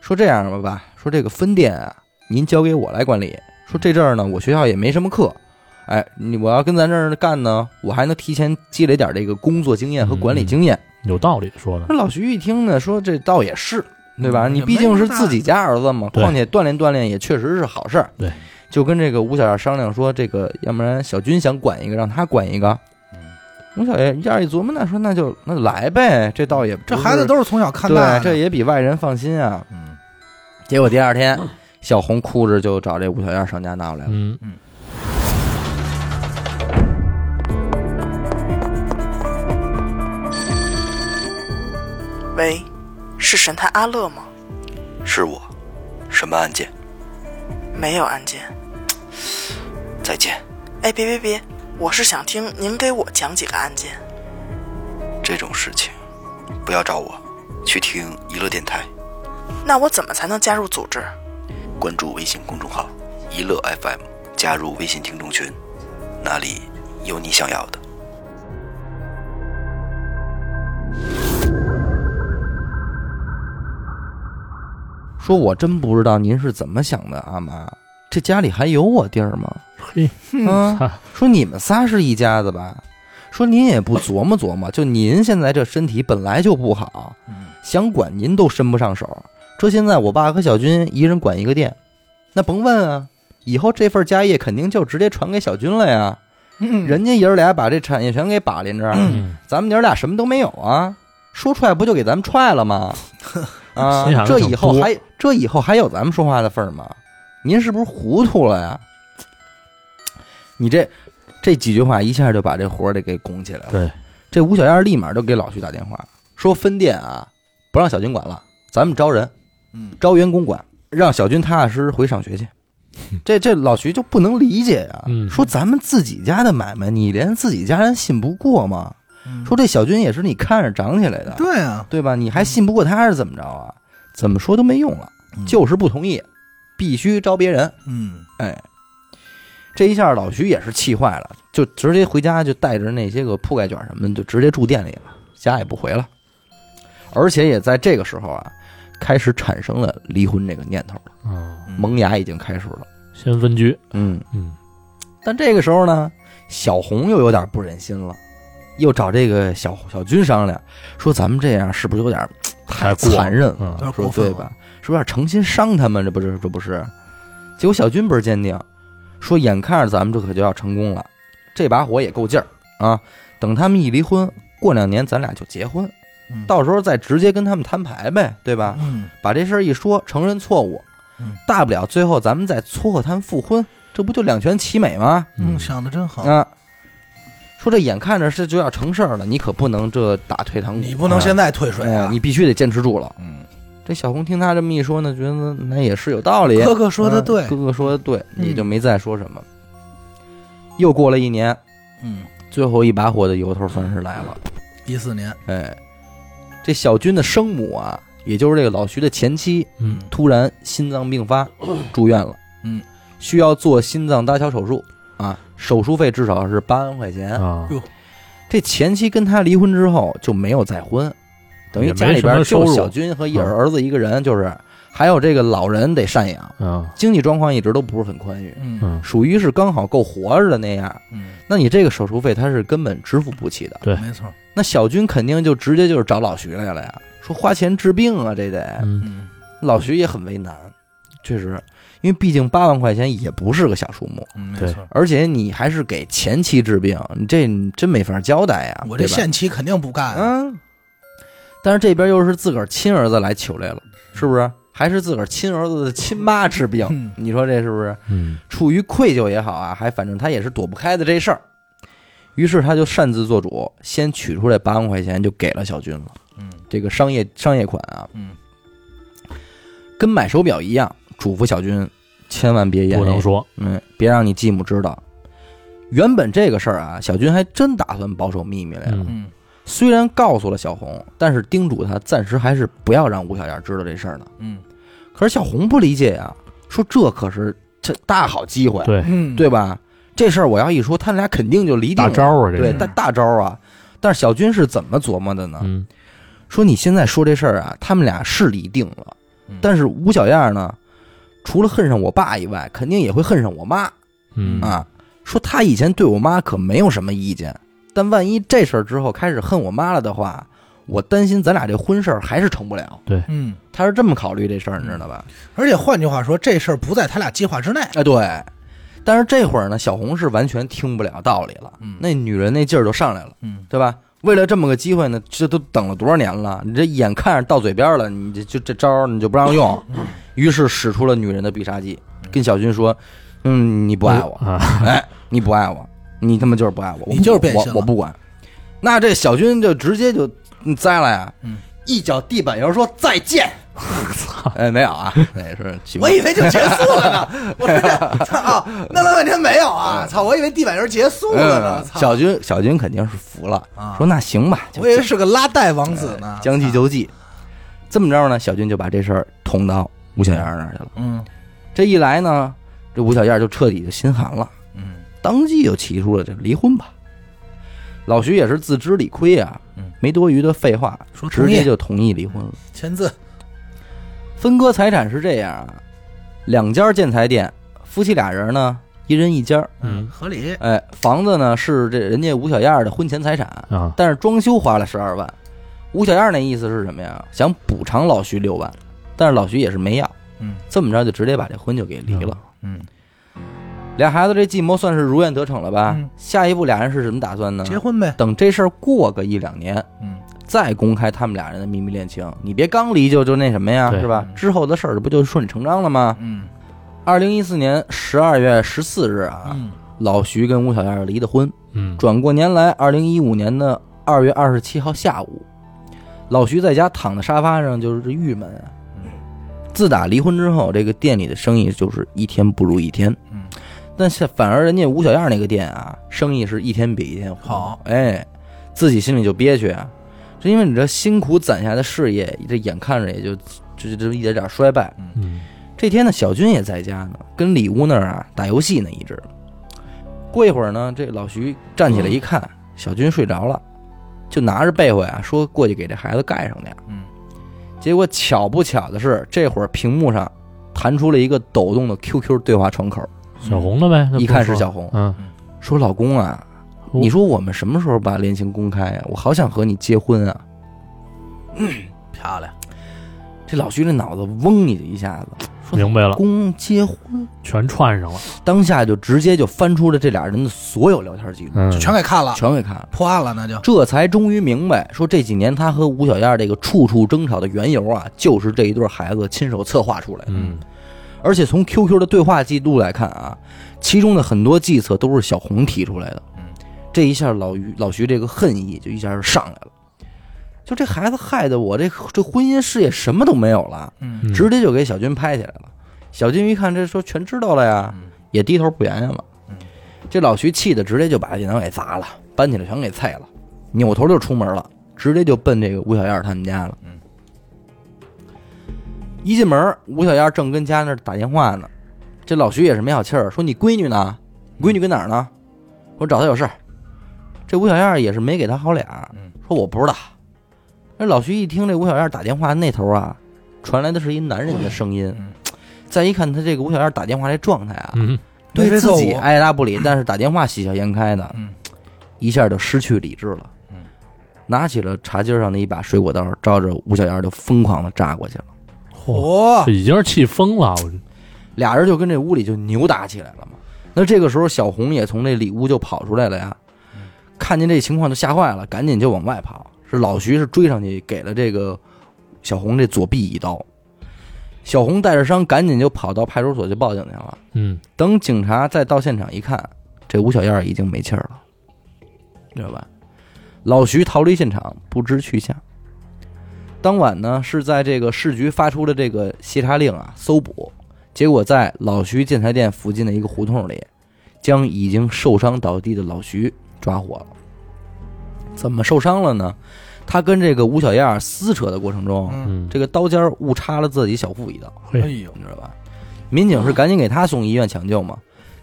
说这样吧吧，说这个分店啊，您交给我来管理。说这阵儿呢，我学校也没什么课，哎，你我要跟咱这儿干呢，我还能提前积累点这个工作经验和管理经验。有道理说的。那老徐一听呢，说这倒也是，对吧？嗯你也毕没竟多是大自己家儿子嘛，对况且锻炼锻炼也确实是好事儿。对，就跟这个吴小燕商量说，这个要不然小军想管一个，让他管一个。嗯吴小燕燕儿一琢磨呢，说那就那就来呗，这倒也不这是孩子都是从小看对，大的，这也比外人放心啊。嗯结果第二天，小红哭着就找这吴小燕上家闹来了。嗯，喂，是神探阿乐吗？是我，什么案件？没有案件。再见，哎，别别别，我是想听您给我讲几个案件。这种事情不要找我，去听娱乐电台，那我怎么才能加入组织？关注微信公众号“娱乐 FM”，加入微信听众群，那里有你想要的。说我真不知道您是怎么想的，阿妈，这家里还有我地儿吗？嘿，嗯，哈说你们仨是一家子吧？说您也不琢磨琢磨，就您现在这身体本来就不好，嗯想管您都伸不上手。这现在我爸和小军一人管一个店，那甭问啊，以后这份家业肯定就直接传给小军了呀。嗯，人家爷儿俩把这产业全给把连着，啊 嗯咱们爷儿俩什么都没有啊，说出来不就给咱们踹了吗？啊心眼，儿这挺以后多还这以后还有咱们说话的份儿吗？您是不是糊涂了呀？你这这几句话一下就把这活儿得给拱起来了。对，这吴小燕立马就给老徐打电话，说分店啊不让小军管了，咱们招人，嗯招员工管，让小军踏踏实实回上学去。这这老徐就不能理解呀、嗯说咱们自己家的买卖，你连自己家人信不过吗？嗯说这小军也是你看着长起来的，对啊，对吧？你还信不过他是怎么着啊？怎么说都没用了，嗯就是不同意，必须招别人。嗯哎，这一下老徐也是气坏了，就直接回家就带着那些个铺盖卷什么的，就直接住店里了，家也不回了。而且也在这个时候啊，开始产生了离婚这个念头了，啊，嗯萌芽已经开始了。先分居，嗯，嗯但这个时候呢，小红又有点不忍心了，又找这个小小军商量，说咱们这样是不是有点太过了残忍嗯有点说啊过分对了吧？是不是有点诚心伤他们？这不是这不是？结果小军倍儿坚定，说眼看着咱们这可就要成功了，这把火也够劲儿啊！等他们一离婚，过两年咱俩就结婚，嗯到时候再直接跟他们摊牌呗，对吧？嗯把这事儿一说，承认错误嗯，大不了最后咱们再撮合他们复婚，这不就两全其美吗？嗯，想的真好，啊，说这眼看着是就要成事儿了，你可不能这打退堂鼓，你不能现在在退水啊！哎你必须得坚持住了。嗯，这小红听他这么一说呢，觉得那也是有道理，哥哥说的啊对，哥哥说的对，嗯也就没再说什么。又过了一年，嗯，最后一把火的由头算是来了。一四年，哎，这小军的生母啊，也就是这个老徐的前妻，嗯突然心脏病发住院了，嗯，需要做心脏搭桥手术啊，手术费至少是八万块钱。啊，这前妻跟他离婚之后就没有再婚，等于家里边也没什就么收入是小军和一嗯儿子一个人，就是还有这个老人得赡养，啊经济状况一直都不是很宽裕，嗯嗯，属于是刚好够活着的那样。嗯，那你这个手术费他是根本支付不起的，对没错，那小军肯定就直接就是找老徐来了呀，说花钱治病啊，这得嗯嗯老徐也很为难，确实，因为毕竟八万块钱也不是个小数目，嗯，没对错，而且你还是给前妻治病，你这你真没法交代呀，我这对吧限期肯定不干啊，嗯，但是这边又是自个儿亲儿子来求来了，是不是？还是自个儿亲儿子的亲妈治病？嗯你说这是不是嗯处于愧疚也好啊？还反正他也是躲不开的这事儿。于是他就擅自做主，先取出来八万块钱就给了小军了，嗯这个商业商业款啊，嗯，跟买手表一样，嘱咐小军千万别言不能语，说，嗯，别让你继母知道。原本这个事儿啊，小军还真打算保守秘密来了，嗯嗯虽然告诉了小红，但是叮嘱她暂时还是不要让吴小燕知道这事儿呢。嗯可是小红不理解呀，说这可是这大好机会，啊对，嗯，对吧？这事儿我要一说，他俩肯定就离定大了招啊，这对是大大招啊！但是小军是怎么琢磨的呢？嗯说你现在说这事儿啊，他们俩是离定了，嗯但是吴小燕呢，除了恨上我爸以外，肯定也会恨上我妈嗯啊。说她以前对我妈可没有什么意见，但万一这事儿之后开始恨我妈了的话，我担心咱俩这婚事儿还是成不了。嗯，她是这么考虑这事儿，你知道吧？而且换句话说，这事儿不在他俩计划之内，哎，对。但是这会儿呢，小红是完全听不了道理了，嗯那女人那劲儿就上来了，嗯对吧？为了这么个机会呢，这都等了多少年了？你这眼看着到嘴边了，你这就这招儿你就不让用，于是使出了女人的必杀技，跟小军说：“嗯，你不爱我，啊，哎，你不爱我，你他妈就是不爱我，我不你就是变心我了我不管。”那这小军就直接就嗯栽了呀，嗯一脚地板油说再见。 哎，没有 啊，那也是奇怪我以为就结束了呢，我说这操啊，弄了半天没有啊，操，我以为地板油结束了呢，嗯，操，小军小军肯定是服了，啊说那行吧，就我以为是个拉带王子呢，哎将计就计。这么着呢，小军就把这事儿捅到吴小燕那儿去了。嗯这一来呢，这吴小燕就彻底就心寒了，嗯当即就提出了这离婚吧。老徐也是自知理亏啊嗯，没多余的废话，说同直意接就同意离婚了。签字，分割财产是这样啊，两家建材店，夫妻俩人呢，一人一间儿。嗯合理，哎，房子呢是这人家吴小燕的婚前财产，啊，但是装修花了十二万。吴小燕那意思是什么呀？想补偿老徐六万，但是老徐也是没要。嗯这么着就直接把这婚就给离了。嗯，俩孩子这计谋算是如愿得逞了吧？嗯下一步俩人是什么打算呢？结。婚呗，等这事儿过个一两年，嗯再公开他们俩人的秘密恋情，你别刚离就就那什么呀，对是吧？嗯之后的事儿不就顺理成章了吗？嗯二零一四年十二月十四日啊，嗯老徐跟吴小燕离的婚。嗯转过年来，二零一五年的二月二十七号下午，老徐在家躺在沙发上就是郁闷啊，自打离婚之后，这个店里的生意就是一天不如一天。嗯，但是反而人家吴小燕那个店啊，生意是一天比一天好。哎，自己心里就憋屈啊，这因为你这辛苦攒下的事业，这眼看着也就就就一点点衰败。嗯这天呢，小军也在家呢，跟里屋那儿啊打游戏呢，一直。过一会儿呢，这老徐站起来一看，小军睡着了，就拿着被窝啊，说过去给这孩子盖上点儿。嗯，结果巧不巧的是，这会儿屏幕上弹出了一个抖动的 QQ 对话窗口，小红了呗，那一不看是说小红，嗯，说：“老公啊，哦你说我们什么时候把恋情公开呀、啊我好想和你结婚啊漂亮，！”这老徐这脑子嗡一下子，说：“明白了，公结婚。”全串上了，当下就直接就翻出了这俩人的所有聊天记录，嗯，就全给看了，全给看了。破案了那就。这才终于明白，说这几年他和吴小燕这个处处争吵的缘由啊，就是这一对孩子亲手策划出来的。嗯，而且从 QQ 的对话记录来看啊，其中的很多计策都是小红提出来的。嗯，这一下老于老徐这个恨意就一下就上来了，就这孩子害得我这这婚姻事业什么都没有了。嗯，嗯直接就给小军拍起来了。小军一看这说全知道了呀嗯，也低头不言言了。这老徐气的直接就把电脑给砸了，搬起来全给菜了，扭头就出门了，直接就奔这个吴小燕他们家了。嗯，一进门，吴小燕正跟家那儿打电话呢，这老徐也是没好气儿，说你闺女嗯呢？你闺女跟哪儿呢？我找她有事儿。这吴小燕也是没给他好脸儿嗯，说我不知道。那老徐一听这吴小燕打电话那头啊，传来的是一男人的声音嗯。再一看他这个吴小燕打电话这状态啊，嗯，对眉飞自色己舞爱答不理，但是打电话喜笑颜开的嗯，一下就失去理智了嗯。拿起了茶几上的一把水果刀，照着吴小燕就疯狂的扎过去了。嚯，嚯这，已经是气疯了，我俩人就跟这屋里就扭打起来了嘛。那这个时候，小红也从这里屋就跑出来了呀，看见这情况就吓坏了，赶紧就往外跑。是老徐是追上去，给了这个小红这左臂一刀。小红带着伤，赶紧就跑到派出所去报警去了。嗯，等警察再到现场一看，这吴小燕已经没气儿了，知道吧？老徐逃离现场，不知去向。当晚呢，是在这个市局发出的这个协查令啊，搜捕，结果在老徐建材店附近的一个胡同里，将已经受伤倒地的老徐抓获了。怎么受伤了呢？他跟这个吴小燕啊撕扯的过程中，嗯，嗯，这个刀尖儿误插了自己小腹一刀。对哎呦，你知道吧？民警嗯是赶紧给他送医院抢救嘛。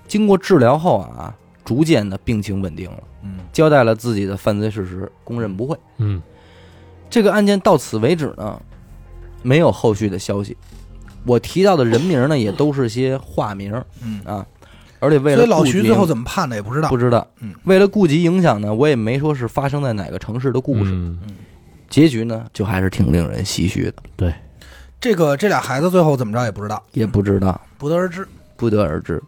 经过治疗后啊，逐渐的病情稳定了，嗯，交代了自己的犯罪事实，供认不讳。嗯，这个案件到此为止呢，没有后续的消息。我提到的人名呢，也都是些化名嗯啊，而且为所了以老顾及徐最后怎么判的也不知道不。知道嗯，为了顾及影响呢，我也没说是发生在哪个城市的故事。嗯结局呢，就还是挺令人唏嘘的，对，这个这俩孩子最后怎么着也不知道，也不知道。不得而知。不得而知。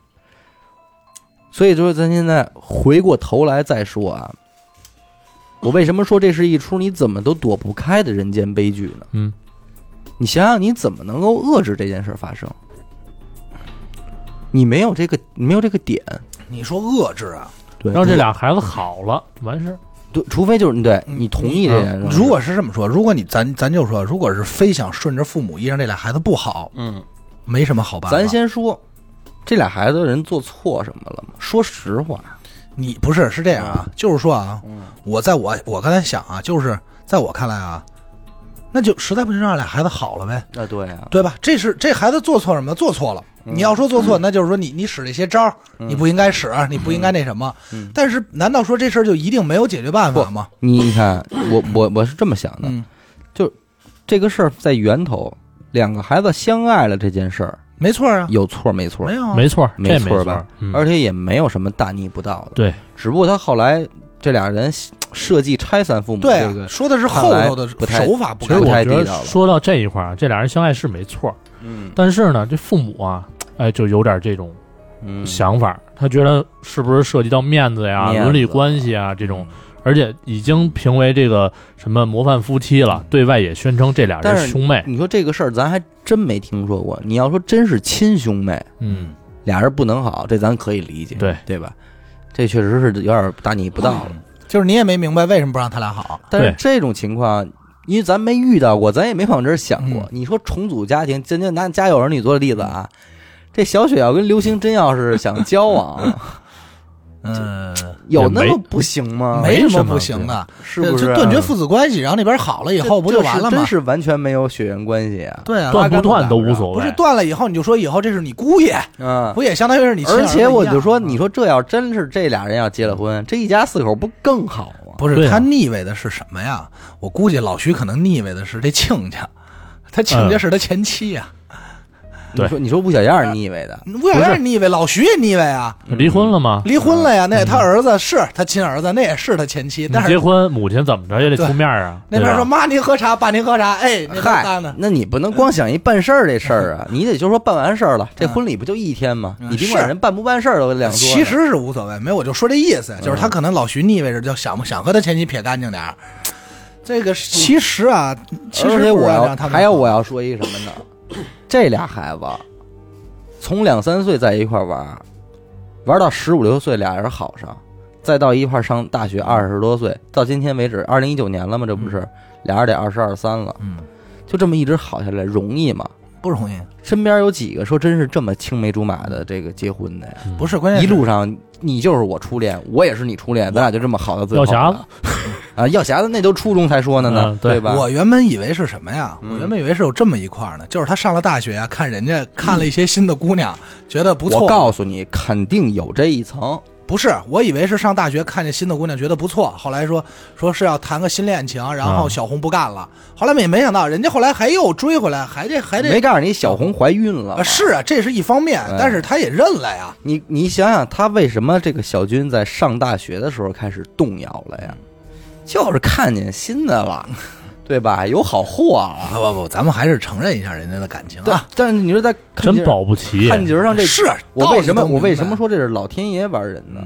所以说，咱现在回过头来再说啊，我为什么说这是一出你怎么都躲不开的人间悲剧呢？嗯，你想想，你怎么能够遏制这件事儿发生？你没有这个，你没有这个点，你说遏制啊？对让这俩孩子好了，完事儿，对，除非就是对你同意这件事儿。如果是这么说，如果你咱咱就说，如果是非想顺着父母意，让这俩孩子不好，嗯，没什么好办法。咱先说这俩孩子人做错什么了吗？说实话，你不是是这样嗯啊，就是说啊，我在我我刚才想啊，就是在我看来啊，那就实在不行让俩孩子好了呗，啊，对啊，对吧？这是这孩子做错什么？做错了。你要说做错，那就是说你你使这些招儿，你不应该使，啊你不应该那什么。但是难道说这事儿就一定没有解决办法吗？你看，我我我是这么想的，嗯，这个事儿在源头，两个孩子相爱了这件事儿没错啊，有错没错没，有啊，没错儿，这没没错儿错吧儿？嗯而且也没有什么大逆不道的。对，只不过他后来这俩人设计拆散父母对这啊，个，说的是后头的看来不太手法不其实该我我不太觉地得道了说到这一块儿，啊这俩人相爱是没错儿，嗯但是呢，这父母啊，哎，就有点这种嗯想法儿，他觉得是不是涉及到面子呀、面伦理子嗯关系啊这种，而且已经评为这个什么模范夫妻嗯了，对外也宣称这俩但人是兄妹。你说这个事儿，咱还真没听说过。你要说真是亲兄妹，嗯，俩人不能好，这咱可以理解，对对吧？这确实是有点大逆不道了。就是你也没明白为什么不让他俩好。但是对这种情况，因为咱没遇到过，咱也没往这儿想嗯过。你说重组家庭，真就拿家有儿女做例子啊，这小雪要跟刘星真要是想交往， 嗯，有那么不行吗？没什么么不行的，是不是啊就断绝父子关系，然后那边好了以以后不就完了吗真？是完全没有血缘关系啊！对啊，断不断都无所不谓。是断了以后你就说以后这是你姑爷，嗯，不也相当啊于是你亲儿而子一且样吗？啊我就说，你说这要真是这俩人要结了婚，这一家四口不更好吗？不对是啊他腻歪的是什么呀？我估计老徐可能腻歪的是这亲家，他亲家是他前妻啊呀、你说你说吴小燕儿腻歪的，吴小燕腻歪，老徐也腻歪啊，嗯嗯离婚了吗？离婚了呀，那也他儿子是他亲儿子，那也是他前妻，你但结是婚，母亲怎么着也得对出面啊。那对吧边说妈您喝茶，爸您喝茶，哎，那边搭嗨呢，，那你不能光想一办事儿这事 儿啊，你得就说办完事儿了，这婚礼不就一天吗？嗯你甭管是人办不办事儿都两说呢。其实是无所谓，没有我就说这意思，就是他可能老徐腻歪着，就想不想和他前妻撇干净点儿。这个其实啊，其而实且不我让要他们还有我要啊说一什么呢？这俩孩子从两三岁在一块儿玩，玩到十五六岁俩人好上，再到一块儿上大学二十多岁，到今天为止二零一九年了嘛，这不是俩人得二十二三了，嗯，就这么一直好下来容易吗？不容易，身边有几个说真是这么青梅竹马的这个结婚的呀？不是关键一是路上你就是我初恋，我也是你初恋，咱俩就这么好到最后药了。匣啊，药匣子那都初中才说呢呢，嗯对吧？我原本以为是什么呀？我原本以为是有这么一块儿呢，就是他上了大学啊，看人家看了一些新的姑娘，觉得不错。我告诉你，肯定有这一层。不是，我以为是上大学看见新的姑娘觉得不错，后来说说是要谈个新恋情，然后啊小红不干了。后来也没想到，人家后来还又追回来，还这还没哎这、告诉你小红怀孕了吗啊、是啊，这是一方面哎，但是他也认了呀。你你想想，他为什么这个小军在上大学的时候开始动摇了呀？就是看见新的了，对吧？有好货了。不不不，咱们还是承认一下人家的感情但啊。但是你说在看真节保不齐。看节上这是我为什么道理都明白我为什么说这是老天爷玩人呢？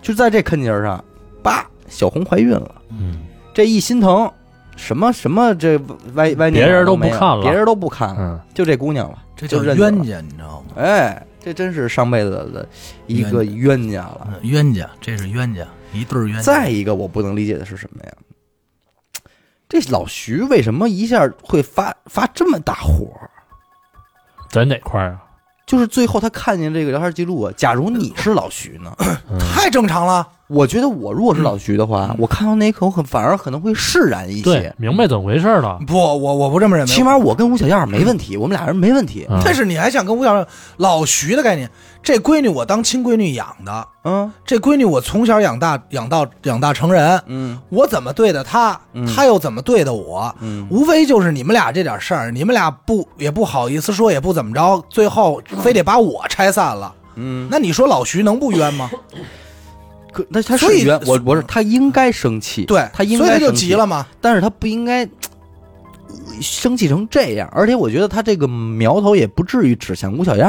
就在这坑节儿上，叭，小红怀孕了，嗯，这一心疼，什么什么这歪歪扭扭别人都没不有看了别人都不看嗯了，就这姑娘了，这就叫认得了冤家，你知道吗？哎，这真是上辈子的一个冤家了。嗯冤家，这是冤家，一对儿冤家。再一个，我不能理解的是什么呀？这老徐为什么一下会发发这么大火？在哪块儿啊？就是最后他看见这个聊天记录啊，假如你是老徐呢？太正常了。我觉得我如果嗯是老徐的话，我看到那一刻，我很反而可能会释然一对些，。明白怎么回事了。不，我我不这么认为。起码我跟吴小燕没问题，我们俩人没问题。嗯但是你还想跟吴小燕老徐的概念，这闺女我当亲闺女养的，嗯这闺女我从小养大，养到养大成人，嗯我怎么对的她，她又怎么对的我，嗯无非就是你们俩这点事儿，你们俩不也不好意思说，也不怎么着，最后非得把我拆散了。嗯，那你说老徐能不冤吗？可那他所是以冤，我我是他应该生气，对，他应所以该他就生气嗯急了，嘛。但是他不应该。呃生气成这样，而且我觉得他这个苗头也不至于指向吴小燕。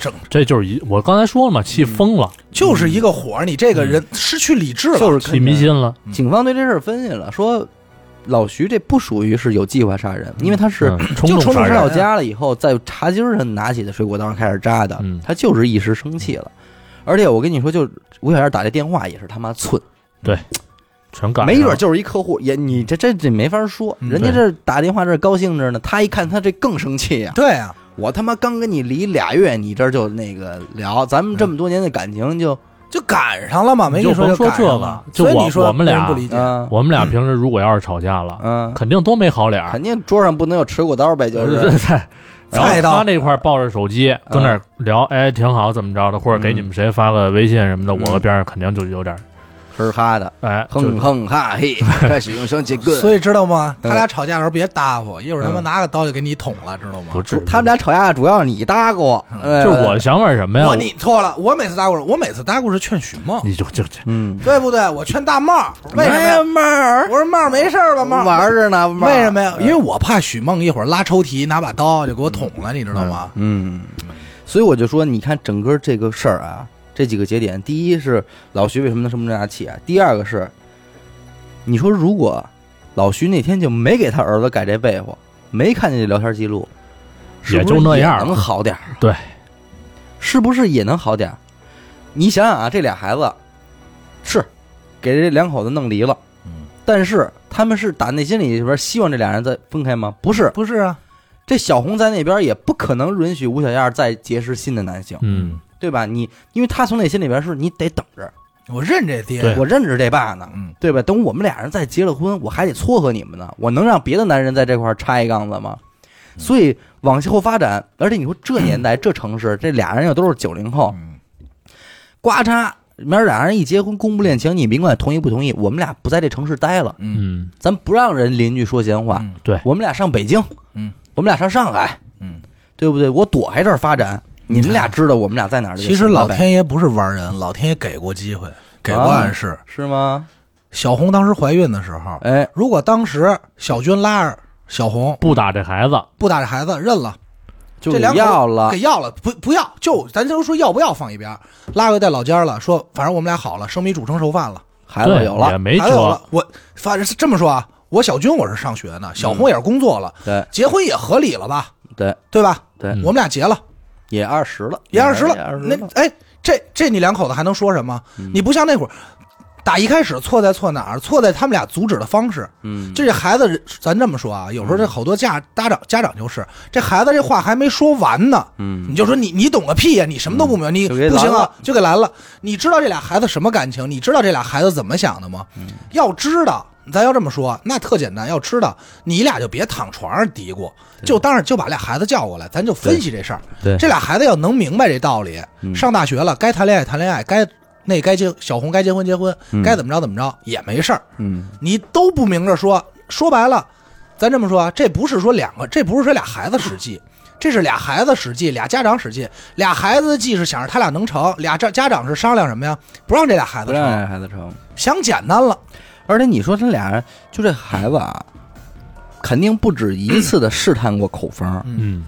整这就是一，我刚才说了嘛，气疯了，嗯就是一个火儿，你这个人失去理智了。就是气迷心了。警方对这事儿分析了，说老徐这不属于是有计划杀人，因为他是嗯就冲冲动动杀杀人到家了以后，在茶几上拿起的水果刀开始扎的嗯，他就是一时生气了。而且我跟你说，就吴小燕打这电话也是他妈寸，全赶上没准就是一客户，也你这这这没法说，嗯人家这打电话这高兴着呢，他一看他这更生气呀、对啊，我他妈刚跟你离俩月，你这就那个聊，咱们这么多年的感情就就赶上了嘛，没你跟就你说甭说赶上了这个就所以我你说我们别人俩不理解，嗯我们俩平时如果要是吵架了，嗯，肯定都没好 脸儿。肯定桌上不能有持股刀呗，就是 然后菜刀他那块儿抱着手机嗯跟那儿聊，哎，挺好，怎么着的，或者给你们谁发个微信什么的，嗯我边上肯定就有点儿，吃哈的。哎，哼就哼哈 嘿，开始用双截所棍。以知道吗？嗯他俩吵架的时候别搭伙，一会儿他妈嗯拿个刀就给你捅了，知道吗不？至于。他们俩吵架主要是你搭过，哎就是我，想法是什么呀？我你错了，我每次搭故事，我每次搭故事劝许梦，你就就就嗯，对不对？我劝大帽，为什么呀？妹儿我说帽没事儿吧，帽玩着呢，妹儿为什么呀？因为我怕许梦一会儿拉抽屉拿把刀就给我捅了，你知道吗？嗯，所以我就说，你看整个这个事儿啊，这几个节点，第一是老徐为什么能这么大气啊？第二个是，你说如果老徐那天就没给他儿子改这被窝，没看见这聊天记录，是也不是就那样了能好点儿？对，是不是也能好点儿？你想想啊，这俩孩子是给这两口子弄离了，嗯，但是他们是打内心里边希望这俩人再分开吗？不是，不是啊，这小红在那边也不可能允许吴小燕再结识新的男性，嗯，对吧？你因为他从内心里边是你得等着，我认这爹，对我认识这爸呢，嗯，对吧？等我们俩人再结了婚，我还得撮合你们呢，我能让别的男人在这块儿插一杠子吗？所以往后发展，而且你说这年代、这城市，这俩人又都是九零后，嗯呱嚓，明儿俩人一结婚，公布恋情，你甭管同意不同意，我们俩不在这城市待了，嗯，咱不让人邻居说闲话，嗯对，我们俩上北京，嗯，我们俩上上海，嗯，对不对？我躲开这儿发展，你们俩知道我们俩在哪儿就行其了呗？实老天爷不是玩人，老天爷给过机会，给过暗示。啊是吗？小红当时怀孕的时候，哎，如果当时小军拉着小红不打这孩子，不打这孩子，认了，就是这两口要了给，要了，不不要，就咱就说要不要放一边儿，拉回带老家了，说反正我们俩好了，生米煮成熟饭了，孩子对有也了，没孩子有辙了，，我反正是这么说啊，我小军我是上学呢，嗯小红也是工作了，对结婚也合理了吧，对对吧？对，嗯我们俩结了，也二十了，嗯嗯也二十也了二，十那哎，这这你两口子还能说什么？你不像那会儿。打一开始错在错哪儿？错在他们俩阻止的方式。嗯，这孩子，咱这么说啊，有时候这好多家家长家长就是，这孩子这话还没说完呢，嗯你就说你你懂个屁呀、你什么都不明白，你就给不行拦啊了，就给拦了。你知道这俩孩子什么感情？你知道这俩孩子怎么想的吗？嗯要知道，咱要这么说，那特简单。要知道，你俩就别躺床上嘀咕，就当然就把俩孩子叫过来，咱就分析这事儿。对这俩孩子要能明白这道理，嗯上大学了该谈恋爱谈恋爱，该那该结小红该结婚结婚，嗯该怎么着怎么着也没事儿。嗯你都不明着说，说白了，咱这么说啊，这不是说两个，这不是说俩孩子使计，这是俩孩子使计，俩家长使计，俩孩子的计是想着他俩能成，俩家家长是商量什么呀？不让这俩孩不子让成，这孩子成。想简单了，而且你说他俩人就这孩子啊，肯定不止一次的试探过口风，嗯，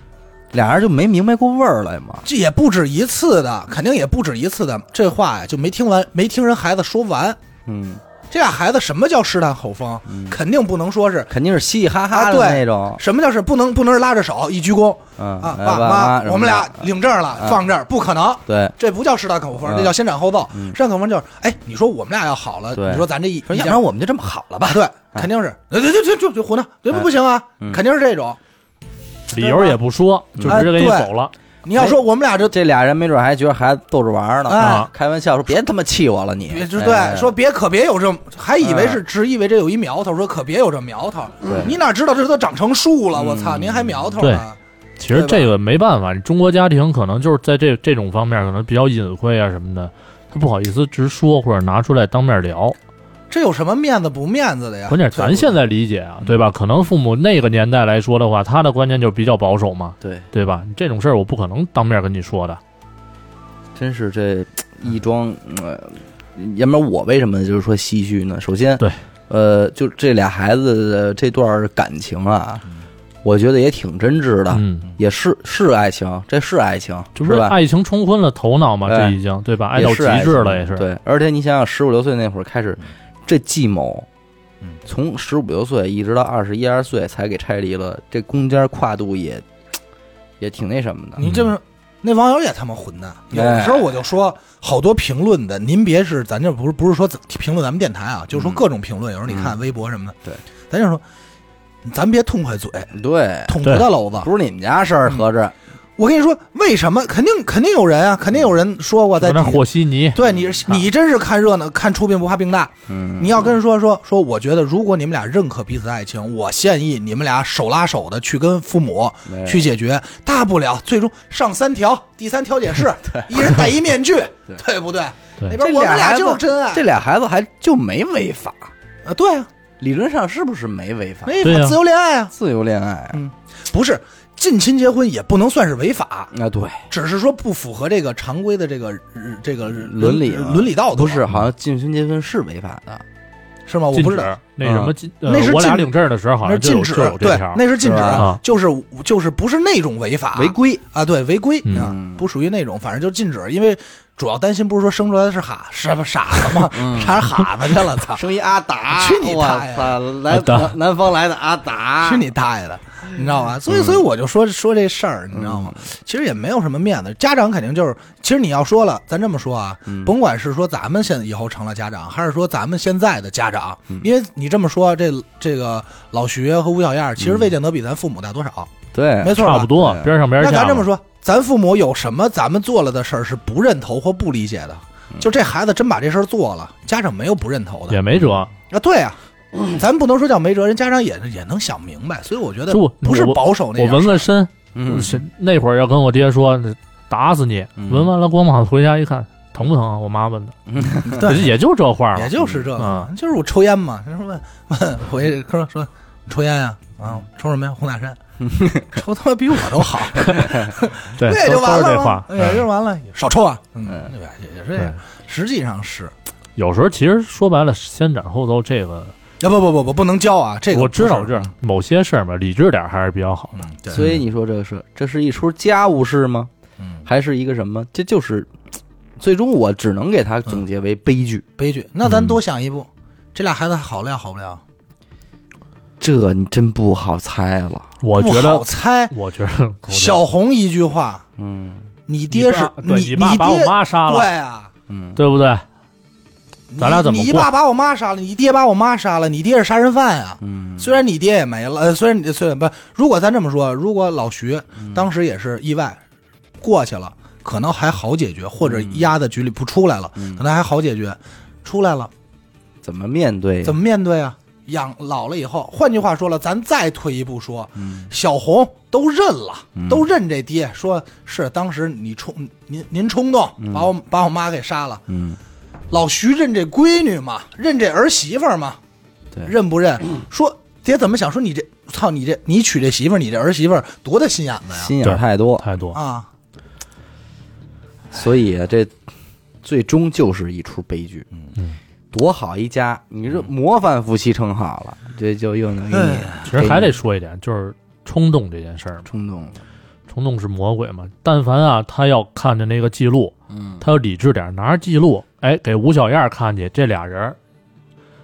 俩人就没明白过味儿来嘛。这也不止一次的，肯定也不止一次的，这话呀就没听完，没听人孩子说完。嗯，这俩孩子什么叫试探口风？肯定不能说是肯定是嘻嘻哈哈啊嗯的对那种。什么叫是不能不能是拉着手一鞠躬嗯，啊，哎爸妈，我们俩什么的嗯领证了，放这儿不可能。对。这不叫试探口风，嗯这叫先斩后奏。嗯试探口风就是，哎，你说我们俩要好了，对你说咱这一，说一要家不然我们哎就这么好了吧？对，肯定是，哎对对对对，就就胡闹，这不哎不行啊，嗯肯定是这种。理由也不说，就直接给你哎走了，你要说我们俩这，这俩人没准还觉得孩子逗着玩儿呢，啊哎开玩笑说别他妈气我了你，别就哎嗯对，说别可别有这，还以为是只以为这有一苗头，说可别有这苗头对，嗯你哪知道这都长成树了，我操，您还苗头呢？其实这个没办法，中国家庭可能就是在这这种方面可能比较隐晦啊什么的，他不好意思直说或者拿出来当面聊。这有什么面子不面子的呀？关键是啊对嗯咱不对现在理解啊，对吧？可能父母那个年代来说的话，他的观念就比较保守嘛，对，对吧？这种事儿我不可能当面跟你说的。啊真是这一桩，呃，要不然我为什么就是说唏嘘呢？首先，对，呃，就这俩孩子的这段感情啊，我觉得也挺真挚的，嗯，也是是爱情，这是爱情，这不是是吧？爱情冲昏了头脑嘛？哎这已经对吧？爱到也极是爱致情了，也是。嗯对，而且你想想，十五六岁那会儿开始，这计谋。从十五六岁一直到二十一二岁才给拆离了，这中间跨度也也挺那什么的。你这么。那网友也他妈混蛋，有哎的时候我就说，好多评论的，您别是咱这不是不是说评论咱们电台啊，就是说各种评论，有时候你看微博什么的，嗯对，咱就说，咱别痛快嘴，对，捅不到娄子。不是你们家事儿，嗯合着我跟你说，为什么？肯定肯定有人啊，肯定有人说过在在那和稀泥，对你是，你真是看热闹，看出病不怕病大。啊嗯，你要跟人说说说，我觉得如果你们俩认可彼此的爱情，我建议你们俩手拉手的去跟父母对去解决，大不了最终上三条，第三调 解室，一人戴一面具，对不对？对那这边我们俩就是真爱，这俩孩子还就没违法，啊，对啊，理论上是不是没违法？没对啊法自由恋爱啊，自由恋爱啊，不是近亲结婚也不能算是违法，啊对，只是说不符合这个常规的这个呃这个伦理嘛伦理道德，不是，好像近亲结婚是违法的，是吗？我禁不知止道。嗯那什么禁，呃那是我俩禁领证的时候好那是像啊就禁有止就有，这对条，。那是禁止是吧啊，就是就是不是那种违法违规。啊，对，违规嗯啊，不属于那种，反正就禁止，因为主要担心不是说生出来的是哈什么傻子吗？嗯啥傻子去 了，操！生一阿达去你我大爷操！来阿达南南方来的阿达，去你大爷的！你知道吗？所以，嗯所以我就说说这事儿，你知道吗？其实也没有什么面子，家长肯定就是，其实你要说了，咱这么说啊，嗯甭管是说咱们现在以后成了家长，还是说咱们现在的家长，嗯因为你这么说，这这个老徐和吴小燕儿，其实未见得比咱父母大多少，对，没错吧，嗯差不多对边上边那下吧。咱这么说，咱父母有什么咱们做了的事儿是不认头或不理解的？就这孩子真把这事儿做了，家长没有不认头的嗯也没辙，啊？对啊，咱不能说叫没辙，人家长也也能想明白，所以我觉得就不是我保守那我样纹个身，嗯是那会儿要跟我爹说打死你，嗯纹完了光膀子回家一看疼不疼啊？我妈问的，对也就这话嗯也了。就是这个，嗯就是我抽烟嘛。人说问问回说说你抽烟呀、啊？抽什么呀？红塔 山，抽他妈比我都好，对，也都就完都是了这话吗，。也就嗯完了，少抽啊。嗯嗯，对吧？也也是这对样。，实际上是，有时候其实说白了，先斩后奏这个，啊不不不不不能教啊，这个我知不道，我是知道，某些事儿嘛，理智点儿还是比较好的。嗯，对所以你说这个是这是一出家务事吗？嗯还是一个什么？这就是最终我只能给他总结为悲剧。悲剧。那嗯咱多想一步，这俩孩子好了好不了？这你真不好猜了。我觉不好得，猜。我觉得小红一句话，嗯你爹是你爸对你你爸把我爹妈杀了对啊，嗯，对不对？你咱俩怎么你过爸把我妈杀了，你爹把我妈杀了，你爹是杀人犯啊！嗯虽然你爹也没了，呃虽然你虽然不，如果咱这么说，如果老徐嗯当时也是意外过去了，可能还好解决，或者嗯压在局里不出来了，可能还好解决。出来了怎么面对？怎么么面对啊？养老了以后，换句话说了，咱再退一步说，嗯小红都认了，都认这爹，说是当时你冲您您冲动把我把我妈给杀了，嗯老徐认这闺女嘛，认这儿媳妇儿嘛，对认不认？说爹怎么想？说你这操你这你娶这媳妇儿，你这儿媳妇儿多大心眼子呀？心眼儿太多，太多，啊，所以啊这最终就是一出悲剧。嗯，多好一家，你这模范夫妻称好了，这就又能给你哎其实还得说一点，就是冲动这件事儿嘛，冲动了。冲动是魔鬼嘛。但凡啊，他要看着那个记录，嗯，他要理智点儿，拿着记录，哎，给吴小燕儿看去，这俩人儿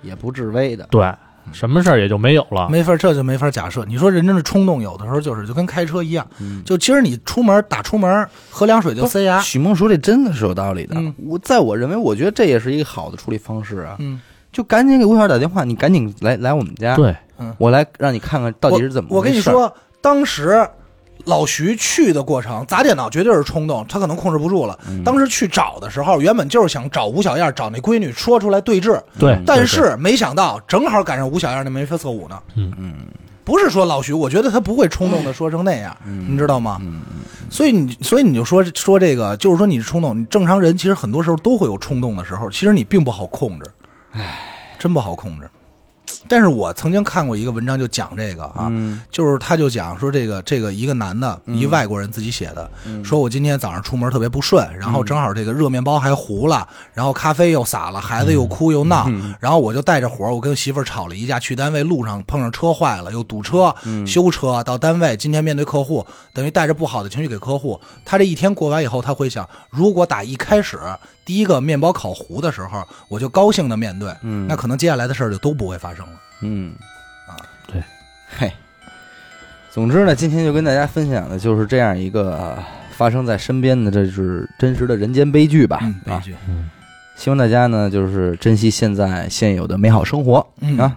也不至威的。对什么事儿也就没有啊了。没法，这就没法假设。你说人真的冲动，有的时候就是就跟开车一样，嗯就今儿你出门打出门喝凉水就塞牙，许梦说这真的是有道理的。啊嗯我在我认为，我觉得这也是一个好的处理方式啊。嗯，就赶紧给吴小燕打电话，你赶紧来来我们家，对，我来让你看看到底是怎么我我跟你回事儿，说，当时老徐去的过程砸电脑绝对是冲动，他可能控制不住了。嗯当时去找的时候，原本就是想找吴小燕，找那闺女说出来对峙，嗯对，但是没想到正好赶上吴小燕那眉飞色舞呢。嗯嗯。不是说老徐，我觉得他不会冲动的说成那样，你知道吗？所以你，所以你就说说这个，就是说你冲动，你正常人其实很多时候都会有冲动的时候，其实你并不好控制，唉，真不好控制。但是我曾经看过一个文章，就讲这个啊，就是他就讲说这个这个一个男的，嗯一外国人自己写的，说我今天早上出门特别不顺，然嗯后正好这个热面包还糊了，然后咖啡又洒了，孩子又嗯哭又闹，然后我就带着火，我跟媳妇儿吵了一架，去单位路上碰上车坏了，又堵车，嗯修车到单位，今天面对客户，等于带着不好的情绪给客户。他这一天过完以后，他会想，如果打一开始第一个面包烤糊的时候，我就高兴的面对，那可能接下来的事儿就都不会发生了。嗯啊，对，嘿。总之呢，今天就跟大家分享的就是这样一个、呃发生在身边的，这是真实的人间悲剧吧？嗯，悲啊，剧。希望大家呢就是珍惜现在现有的美好生活、嗯啊。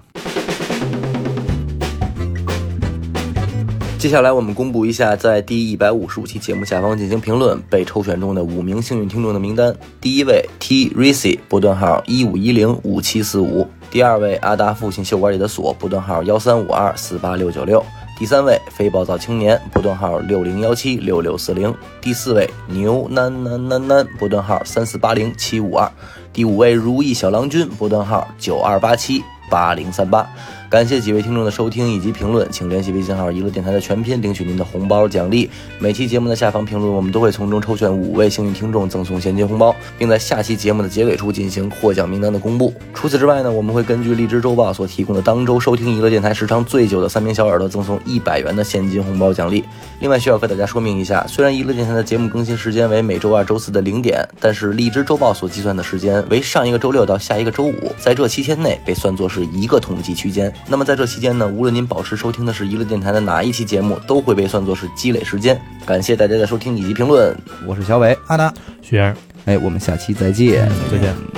接下来我们公布一下在第一百五十五期节目下方进行评论被抽选中的五名幸运听众的名单。第一位 T Racy 波段号一五一零五七四五，第二位阿达父亲袖管里的锁波段号幺三五二四八六九六，第三位非暴躁青年波段号六零幺七六六四零，第四位牛囡囡囡囡波段号三四八零七五二，第五位如意小郎君波段号九二八七八零三八。感谢几位听众的收听以及评论，请联系微信号“一路电台”的全拼领取您的红包奖励。每期节目的下方评论，我们都会从中抽选五位幸运听众赠送现金红包，并在下期节目的结尾处进行获奖名单的公布。除此之外呢，我们会根据荔枝周报所提供的当周收听娱乐电台时长最久的三名小耳朵赠送一百元的现金红包奖励。另外需要和大家说明一下，虽然娱乐电台的节目更新时间为每周二、周四的零点，但是荔枝周报所计算的时间为上一个周六到下一个周五，在这期间内被算作是一个统计区间。那么在这期间呢，无论您保持收听的是娱乐电台的哪一期节目，都会被算作是积累时间。感谢大家的收听以及评论。我是小伟，阿南。徐先生，哎，我们下期再见。再见。